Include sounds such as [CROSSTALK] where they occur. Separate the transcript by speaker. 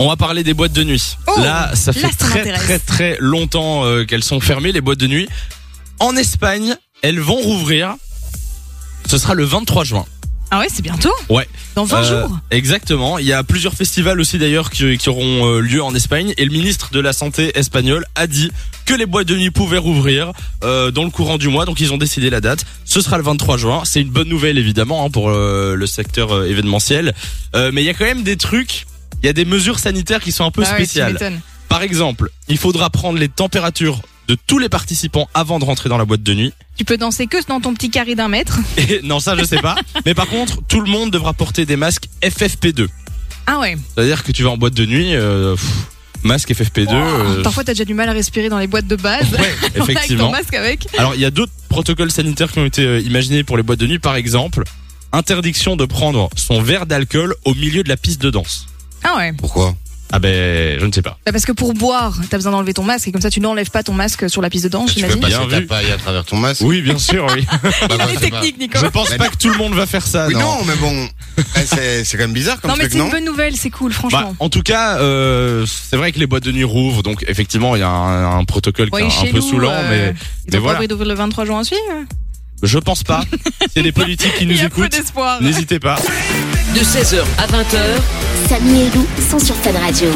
Speaker 1: On va parler des boîtes de nuit.
Speaker 2: Oh,
Speaker 1: là, ça fait
Speaker 2: là, ça
Speaker 1: très
Speaker 2: m'intéresse.
Speaker 1: très très longtemps euh, qu'elles sont fermées les boîtes de nuit. En Espagne, elles vont rouvrir. Ce sera le 23 juin.
Speaker 2: Ah ouais, c'est bientôt
Speaker 1: Ouais.
Speaker 2: Dans 20
Speaker 1: Euh,
Speaker 2: jours
Speaker 1: Exactement. Il y a plusieurs festivals aussi d'ailleurs qui, qui auront euh, lieu en Espagne. Et le ministre de la Santé espagnol a dit que les boîtes de nuit pouvaient rouvrir euh, dans le courant du mois. Donc ils ont décidé la date. Ce sera le 23 juin. C'est une bonne nouvelle évidemment hein, pour euh, le secteur euh, événementiel. Euh, mais il y a quand même des trucs. Il y a des mesures sanitaires qui sont un peu
Speaker 2: Ah ouais, tu
Speaker 1: spéciales.
Speaker 2: m'étonnes.
Speaker 1: Par exemple, il faudra prendre les températures de tous les participants avant de rentrer dans la boîte de nuit. [LAUGHS]
Speaker 2: Tu peux danser que dans ton petit carré d'un mètre.
Speaker 1: Et, non, ça je sais pas. Mais par contre, tout le monde devra porter des masques FFP2.
Speaker 2: Ah ouais.
Speaker 1: C'est-à-dire que tu vas en boîte de nuit, euh, pff, masque FFP2. euh,
Speaker 2: Parfois, t'as déjà du mal à respirer dans les boîtes
Speaker 1: [LAUGHS]
Speaker 2: de base.
Speaker 1: ouais,
Speaker 2: Avec ton
Speaker 1: effectivement.
Speaker 2: masque avec.
Speaker 1: Alors il y a d'autres protocoles sanitaires qui ont été euh, imaginés pour les boîtes de nuit, par exemple interdiction de prendre son verre d'alcool au milieu de la piste de danse.
Speaker 2: Ah ouais.
Speaker 3: Pourquoi
Speaker 1: Ah ben, je ne sais pas.
Speaker 2: Bah, parce que pour boire, t'as besoin d'enlever ton masque et comme ça, tu n'enlèves pas ton masque sur la piste de danse,
Speaker 3: Tu peux
Speaker 2: j'imagine.
Speaker 1: Bien
Speaker 3: passer ta
Speaker 1: vu.
Speaker 3: paille à travers ton masque.
Speaker 1: Oui, bien sûr, oui.
Speaker 3: Bah,
Speaker 2: Il a
Speaker 3: bah,
Speaker 2: les
Speaker 3: c'est pas-
Speaker 2: techniques, Nico.
Speaker 1: [LAUGHS] je pense
Speaker 3: Mais
Speaker 1: pas que tout le monde va faire ça.
Speaker 3: Oui,
Speaker 1: non.
Speaker 3: non, mais bon, [LAUGHS] eh, c'est c'est quand même bizarre comme
Speaker 2: Non, mais
Speaker 3: truc,
Speaker 2: c'est une
Speaker 3: non
Speaker 2: bonne nouvelle, c'est cool,
Speaker 1: Bah,
Speaker 2: franchement.
Speaker 1: en tout cas, euh, c'est vrai que les boîtes de nuit rouvrent, donc effectivement, il y a un, un protocole qui
Speaker 2: Ouais,
Speaker 1: est un
Speaker 2: chez
Speaker 1: peu
Speaker 2: nous,
Speaker 1: saoulant,
Speaker 2: euh,
Speaker 1: mais
Speaker 2: Ils ont pas
Speaker 1: voilà.
Speaker 2: prévu d'ouvrir le 23 juin aussi. euh.
Speaker 1: je pense pas. C'est des politiques qui
Speaker 2: [LAUGHS] Il
Speaker 1: nous
Speaker 2: y a peu
Speaker 1: écoutent.
Speaker 2: d'espoir.
Speaker 1: N'hésitez pas.
Speaker 4: De 16h à 20h,
Speaker 5: Samy et Lou sont sur Fun Radio.